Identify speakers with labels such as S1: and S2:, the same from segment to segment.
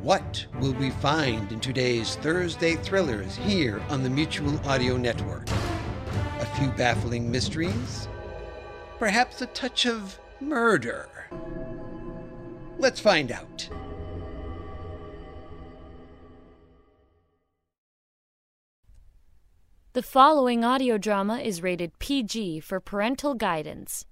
S1: What will we find in today's Thursday thrillers here on the Mutual Audio Network? A few baffling mysteries? Perhaps a touch of murder? Let's find out.
S2: The following audio drama is rated PG for parental guidance.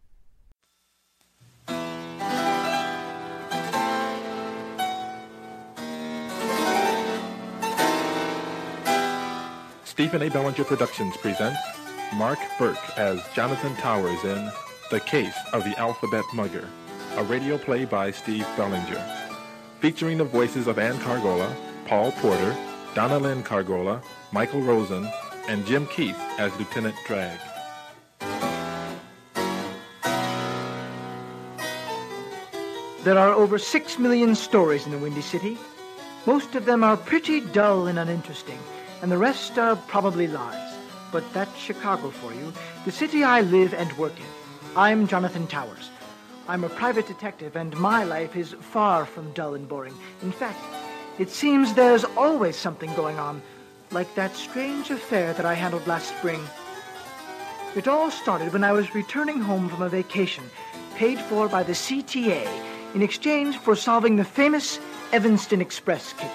S3: Stephen A. Bellinger Productions presents Mark Burke as Jonathan Towers in The Case of the Alphabet Mugger, a radio play by Steve Bellinger. Featuring the voices of Ann Cargola, Paul Porter, Donna Lynn Cargola, Michael Rosen, and Jim Keith as Lieutenant Drag.
S4: There are over six million stories in the Windy City. Most of them are pretty dull and uninteresting, and the rest are probably lies. But that's Chicago for you, the city I live and work in. I'm Jonathan Towers. I'm a private detective, and my life is far from dull and boring. In fact, it seems there's always something going on, like that strange affair that I handled last spring. It all started when I was returning home from a vacation paid for by the CTA in exchange for solving the famous Evanston Express caper.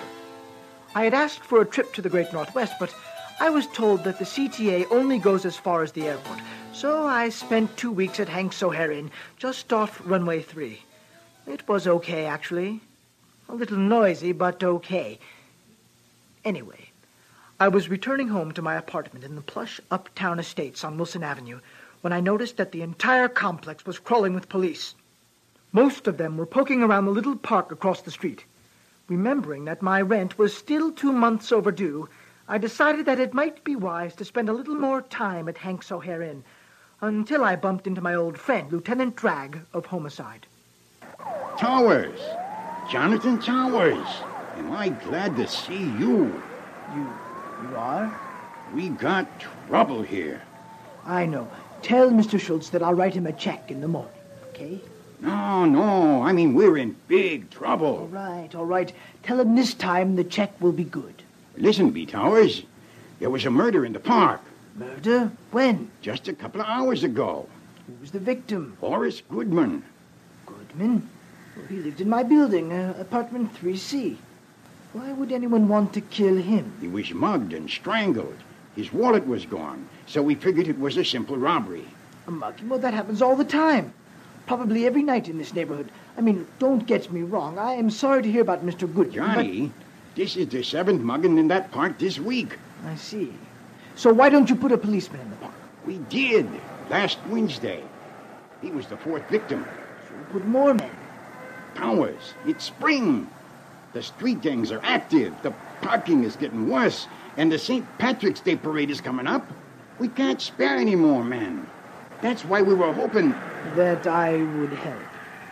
S4: I had asked for a trip to the Great Northwest, but I was told that the CTA only goes as far as the airport, so I spent two weeks at Hank's O'Hare Inn, just off runway three. It was okay, actually. A little noisy, but okay. Anyway, I was returning home to my apartment in the plush uptown estates on Wilson Avenue when I noticed that the entire complex was crawling with police. Most of them were poking around the little park across the street. Remembering that my rent was still two months overdue, I decided that it might be wise to spend a little more time at Hank's O'Hare Inn until I bumped into my old friend, Lieutenant Drag of Homicide.
S5: Towers. Jonathan Towers. Am I glad to see you?
S4: You, you are?
S5: We got trouble here.
S4: I know. Tell Mr. Schultz that I'll write him a check in the morning, okay?
S5: No, no. I mean, we're in big
S4: All
S5: trouble.
S4: right, all right. Tell him this time the check will be good.
S5: Listen, B. Towers. There was a murder in the park
S4: Murder? When?
S5: just a couple of hours ago.
S4: Who was the victim?
S5: Horace Goodman.
S4: Goodman? Well, he lived in my building, uh, apartment 3C. Why would anyone want to kill him?
S5: He was mugged and strangled. His wallet was gone, so we figured it was a simple robbery.
S4: A mugging? Well, that happens all the time. Probably every night in this neighborhood. I mean, don't get me wrong. I am sorry to hear about Mr. Goodman.
S5: Johnny, this is the seventh mugging in that park this week.
S4: but- I see. So why don't you put a policeman in the park?
S5: We did last Wednesday. He was the fourth victim.
S4: Should put more men.
S5: Powers, it's spring. The street gangs are active. The parking is getting worse. And the St. Patrick's Day parade is coming up. We can't spare any more men. That's why we were hoping.
S4: That I would help.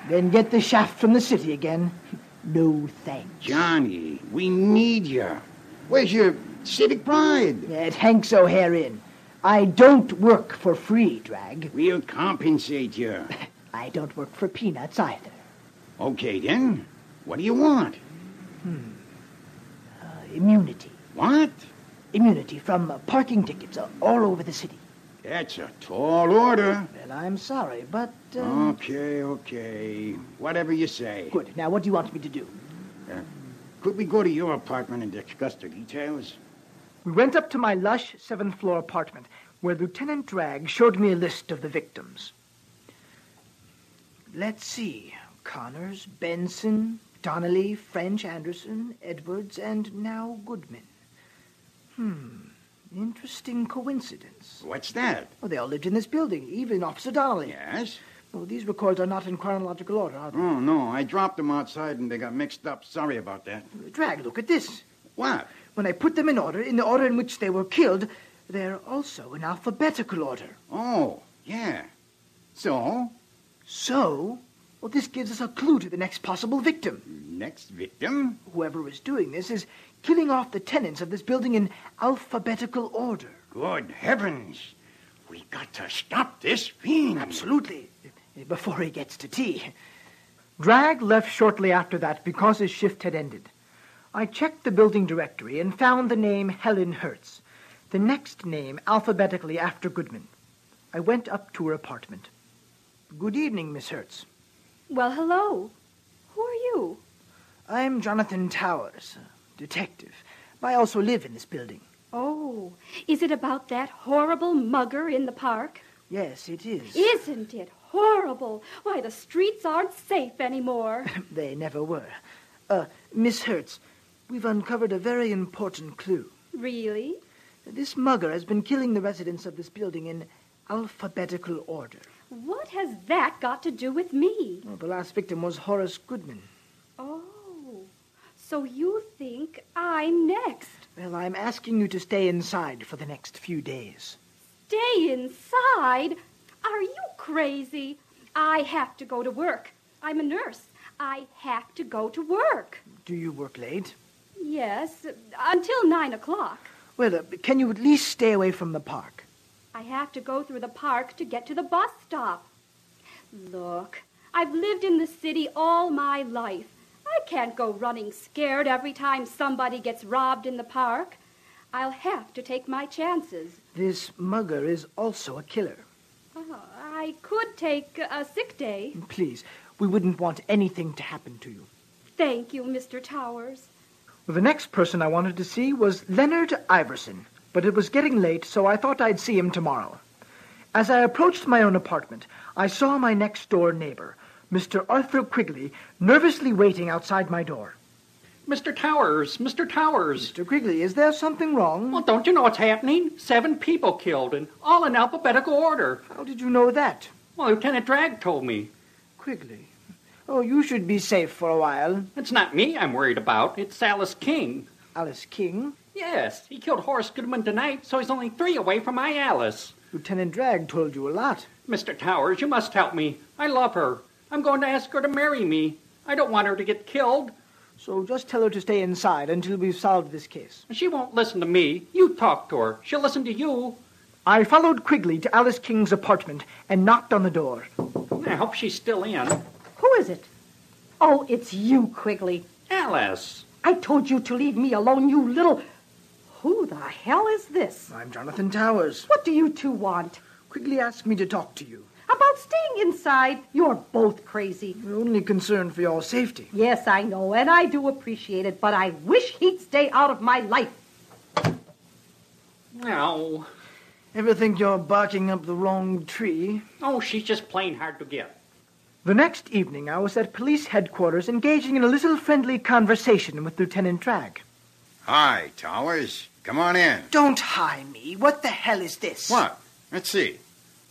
S4: Then get the shaft from the city again. No thanks.
S5: Johnny, we need you. Where's your civic pride?
S4: At Hank's O'Hare Inn. I don't work for free, Drag.
S5: We'll compensate you.
S4: I don't work for peanuts either.
S5: Okay, then. What do you want?
S4: Uh, immunity.
S5: What?
S4: Immunity from uh, parking tickets uh, all over the city.
S5: That's a tall order. Oh.
S4: Well, I'm sorry, but. Um,
S5: Okay, okay. Whatever you say.
S4: Good. Now, what do you want me to do?
S5: Could we go to your apartment and discuss the details?
S4: We went up to my lush seventh floor apartment, where Lieutenant Drag showed me a list of the victims. Let's see Connors, Benson, Donnelly, French, Anderson, Edwards, and now Goodman. Hmm, interesting coincidence.
S5: What's that?
S4: Well, they all lived in this building, even Officer Donnelly.
S5: Yes?
S4: Well, these records are not in chronological order, are they?
S5: Oh, no, I dropped them outside and they got mixed up. Sorry about that.
S4: Drag, look at this.
S5: What?
S4: When I put them in order, in the order in which they were killed, they're also in alphabetical order.
S5: Oh, yeah. So,
S4: So, well, this gives us a clue to the next possible victim.
S5: next victim?
S4: Whoever is doing this is killing off the tenants of this building in alphabetical order.
S5: Good heavens. We got to stop this fiend.
S4: Absolutely. Before he gets to tea. Drag left shortly after that because his shift had ended. I checked the building directory and found the name Helen Hertz, the next name alphabetically after Goodman. I went up to her apartment. Good evening, Miss Hertz.
S6: Well, hello. Who are you?
S4: I'm Jonathan Towers, detective. I also live in this building.
S6: Oh, is it about that horrible mugger in the park?
S4: Yes, it is.
S6: Isn't it horrible? Why, the streets aren't safe anymore.
S4: They never were. Uh, Miss Hertz, we've uncovered a very important clue.
S6: really?
S4: This mugger has been killing the residents of this building in alphabetical order.
S6: What has that got to do with me?
S4: Well, the last victim was Horace Goodman.
S6: Oh, so you think I'm next?
S4: Well, I'm asking you to stay inside for the next few days.
S6: Stay inside? Are you crazy? I have to go to work. I'm a nurse. I have to go to work.
S4: Do you work late?
S6: Yes, until nine o'clock.
S4: Well, uh, can you at least stay away from the park?
S6: I have to go through the park to get to the bus stop. Look, I've lived in the city all my life. I can't go running scared every time somebody gets robbed in the park. I'll have to take my chances.
S4: This mugger is also a killer.
S6: Oh, I could take a sick day.
S4: Please, we wouldn't want anything to happen to you.
S6: Thank you, Mr. Towers.
S4: The next person I wanted to see was Leonard Iverson, but it was getting late, so I thought I'd see him tomorrow. As I approached my own apartment, I saw my next door neighbor, Mr. Arthur Quigley, nervously waiting outside my door.
S7: Mr. Towers, Mr. Towers.
S4: Mr. Quigley, is there something wrong?
S7: Well, don't you know what's happening? Seven people killed, and all in alphabetical order.
S4: How did you know that?
S7: Well, Lieutenant Drag told me.
S4: Quigley. Oh, you should be safe for a while.
S7: It's not me I'm worried about. It's Alice King.
S4: Alice King.
S7: Yes, he killed Horace Goodman tonight, so he's only three away from my Alice.
S4: Lieutenant Drag told you a lot.
S7: Mr. Towers, you must help me. I love her. I'm going to ask her to marry me. I don't want her to get killed.
S4: So just tell her to stay inside until we've solved this case.
S7: She won't listen to me. You talk to her. She'll listen to you.
S4: I followed Quigley to Alice King's apartment and knocked on the door.
S7: I hope she's still in.
S8: Who is it? Oh, it's you, Quigley.
S7: Alice.
S8: I told you to leave me alone, you little. Who the hell is this?
S4: I'm Jonathan Towers.
S8: What do you two want?
S4: Quigley asked me to talk to you.
S8: About staying inside? You're both crazy.
S4: We're only concerned for your safety.
S8: Yes, I know, and I do appreciate it, but I wish he'd stay out of my life.
S7: No.
S4: Ever think you're barking up the wrong tree?
S7: Oh, she's just plain hard to get.
S4: The next evening, I was at police headquarters engaging in a little friendly conversation with Lieutenant Drag.
S5: Hi, Towers. Come on in.
S4: Don't hire me. What the hell is this?
S5: What? Let's see.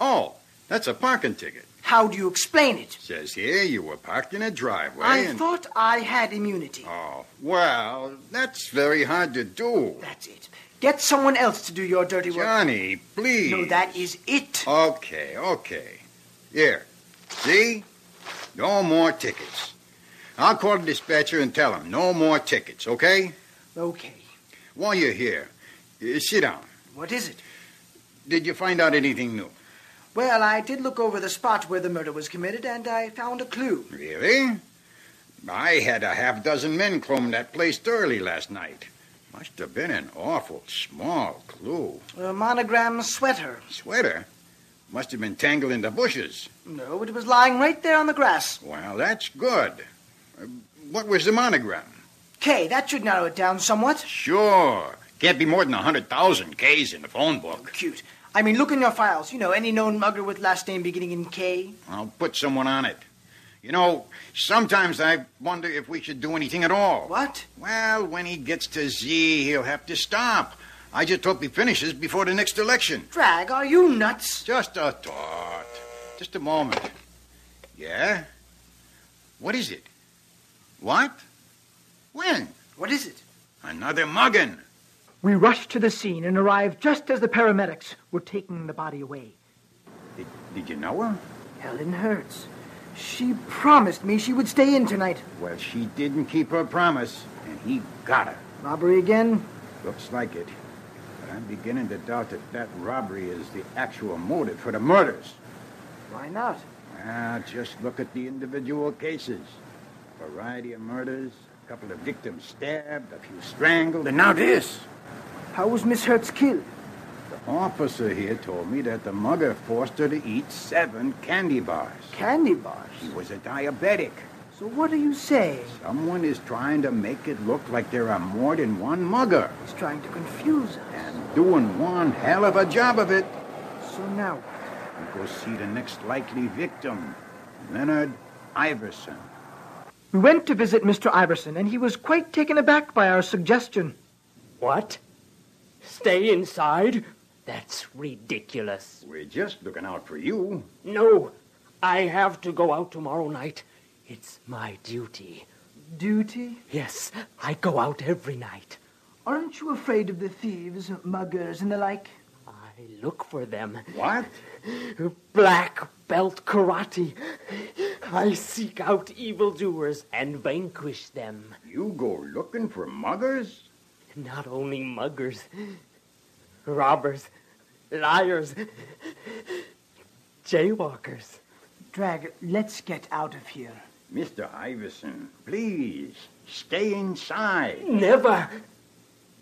S5: Oh, that's a parking ticket.
S4: How do you explain it?
S5: Says here you were parked in a driveway
S4: I
S5: and.
S4: thought I had immunity.
S5: Oh, well, that's very hard to do.
S4: That's it. Get someone else to do your dirty work.
S5: Johnny, please.
S4: No, that is it.
S5: Okay, okay. Here. See? No more tickets. I'll call the dispatcher and tell him no more tickets, okay?
S4: Okay.
S5: While you're here, uh, sit down.
S4: What is it?
S5: Did you find out anything new?
S4: Well, I did look over the spot where the murder was committed, and I found a clue.
S5: Really? I had a half dozen men comb that place thoroughly last night. Must have been an awful small clue.
S4: A monogram sweater.
S5: Sweater? Must have been tangled in the bushes.
S4: No, it was lying right there on the grass.
S5: Well, that's good. Uh, What was the monogram?
S4: Kay, that should narrow it down somewhat.
S5: Sure. Can't be more than a 100,000 Ks in the phone book.
S4: Cute. I mean, look in your files. You know, any known mugger with last name beginning in K.
S5: I'll put someone on it. You know, sometimes I wonder if we should do anything at all.
S4: What?
S5: Well, when he gets to Z, he'll have to stop. I just hope he finishes before the next election.
S4: Drag, are you nuts?
S5: Just a thought. Just a moment. Yeah? What is it? What? When?
S4: What is it?
S5: Another mugging.
S4: We rushed to the scene and arrived just as the paramedics were taking the body away.
S5: Did, did you know her?
S4: Helen Hertz. She promised me she would stay in tonight.
S5: Well, she didn't keep her promise, and he got her.
S4: Robbery again?
S5: Looks like it. But I'm beginning to doubt that that robbery is the actual motive for the murders.
S4: Why not?
S5: Ah, Well, just look at the individual cases. Variety of murders, couple of victims stabbed, a few strangled, and now this.
S4: How was Miss Hertz killed?
S5: The officer here told me that the mugger forced her to eat seven candy bars.
S4: Candy bars.
S5: She was a diabetic.
S4: So what are you saying?
S5: Someone is trying to make it look like there are more than one mugger,
S4: He's trying to confuse us.
S5: and doing one hell of a job of it.
S4: So now,
S5: We'll go see the next likely victim, Leonard Iverson.
S4: we went to visit Mr. Iverson, and he was quite taken aback by our suggestion.
S9: What? Stay inside? That's ridiculous.
S5: We're just looking out for you.
S9: No, I have to go out tomorrow night. It's my duty.
S4: Duty?
S9: Yes, I go out every night.
S4: Aren't you afraid of the thieves, muggers, and the like?
S9: I look for them.
S5: What?
S9: Black belt karate. I seek out evildoers and vanquish them.
S5: You go looking for muggers?
S9: Not only muggers, robbers, liars, jaywalkers.
S4: Drag, let's get out of here.
S5: Mr. Iverson, please, stay inside.
S9: Never!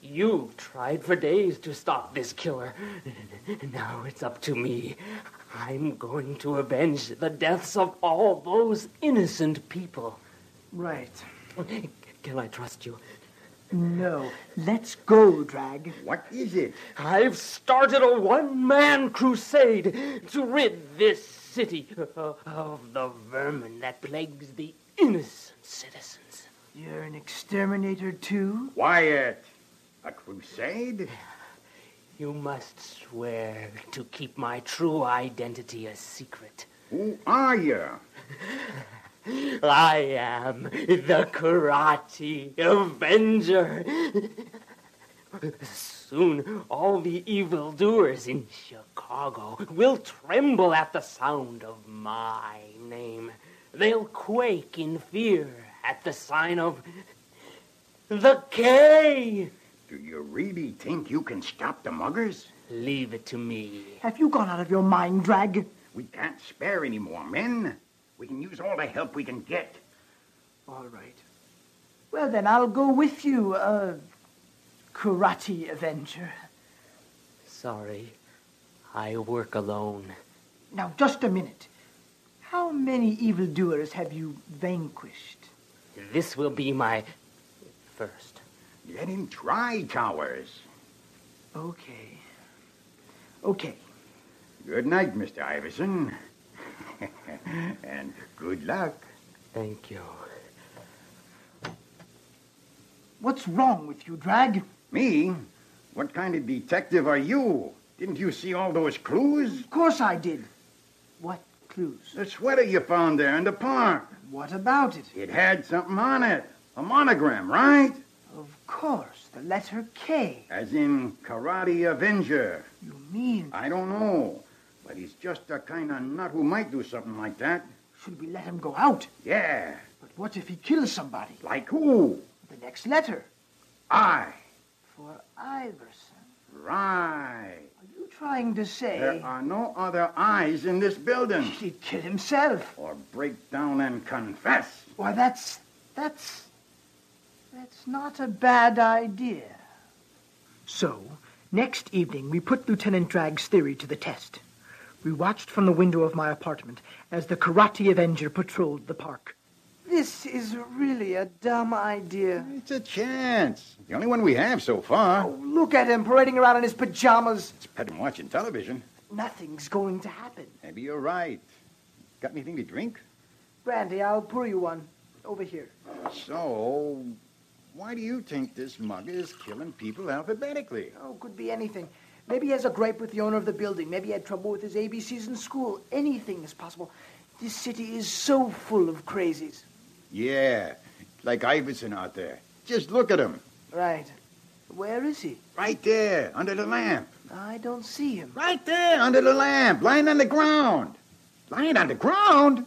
S9: You tried for days to stop this killer. Now it's up to me. I'm going to avenge the deaths of all those innocent people.
S4: Right.
S9: Can I trust you?
S4: No. Let's go, Drag.
S5: What is it?
S9: I've started a one man crusade to rid this city of the vermin that plagues the innocent citizens.
S4: You're an exterminator, too?
S5: Quiet. A crusade?
S9: You must swear to keep my true identity a secret.
S5: Who are you?
S9: I am the Karate Avenger. Soon, all the evildoers in Chicago will tremble at the sound of my name. They'll quake in fear at the sign of the K.
S5: Do you really think you can stop the muggers?
S9: Leave it to me.
S4: Have you gone out of your mind, Drag?
S5: We can't spare any more men. We can use all the help we can get.
S4: All right. Well, then, I'll go with you, uh, Karate Avenger.
S9: Sorry, I work alone.
S4: Now, just a minute. How many evildoers have you vanquished?
S9: This will be my first.
S5: Let him try, Towers.
S4: Okay. Okay.
S5: Good night, Mr. Iverson. and good luck.
S9: Thank you.
S4: What's wrong with you, Drag?
S5: Me? What kind of detective are you? Didn't you see all those clues?
S4: Of course I did. What clues?
S5: The sweater you found there in the park.
S4: What about it?
S5: It had something on it. A monogram, right?
S4: Of course, the letter K.
S5: As in Karate Avenger.
S4: You mean,
S5: I don't know. But he's just the kind of nut who might do something like that.
S4: should we let him go out?
S5: Yeah.
S4: But what if he kills somebody?
S5: Like who?
S4: The next letter.
S5: I.
S4: For Iverson.
S5: Right.
S4: Are you trying to say
S5: There are no other eyes in this building.
S4: he'd kill himself?
S5: Or break down and confess.
S4: Why, that's. that's. that's not a bad idea. So, next evening, we put Lieutenant Drag's theory to the test. We watched from the window of my apartment as the Karate Avenger patrolled the park. This is really a dumb idea. Oh,
S5: It's a chance. The only one we have so far.
S4: Look at him parading around in his pajamas.
S5: It's better than watching television.
S4: Nothing's going to happen.
S5: Maybe you're right. Got anything to drink?
S4: Brandy, I'll pour you one. Over here.
S5: So, why do you think this mugger is killing people alphabetically?
S4: Oh, could be anything. Maybe he has a gripe with the owner of the building. Maybe he had trouble with his ABCs in school. Anything is possible. This city is so full of crazies.
S5: Yeah, like Iverson out there. Just look at him.
S4: Right. Where is he?
S5: Right there, under the lamp.
S4: I don't see him.
S5: Right there, under the lamp, lying on the ground. Lying on the ground?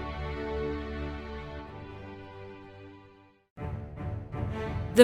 S2: The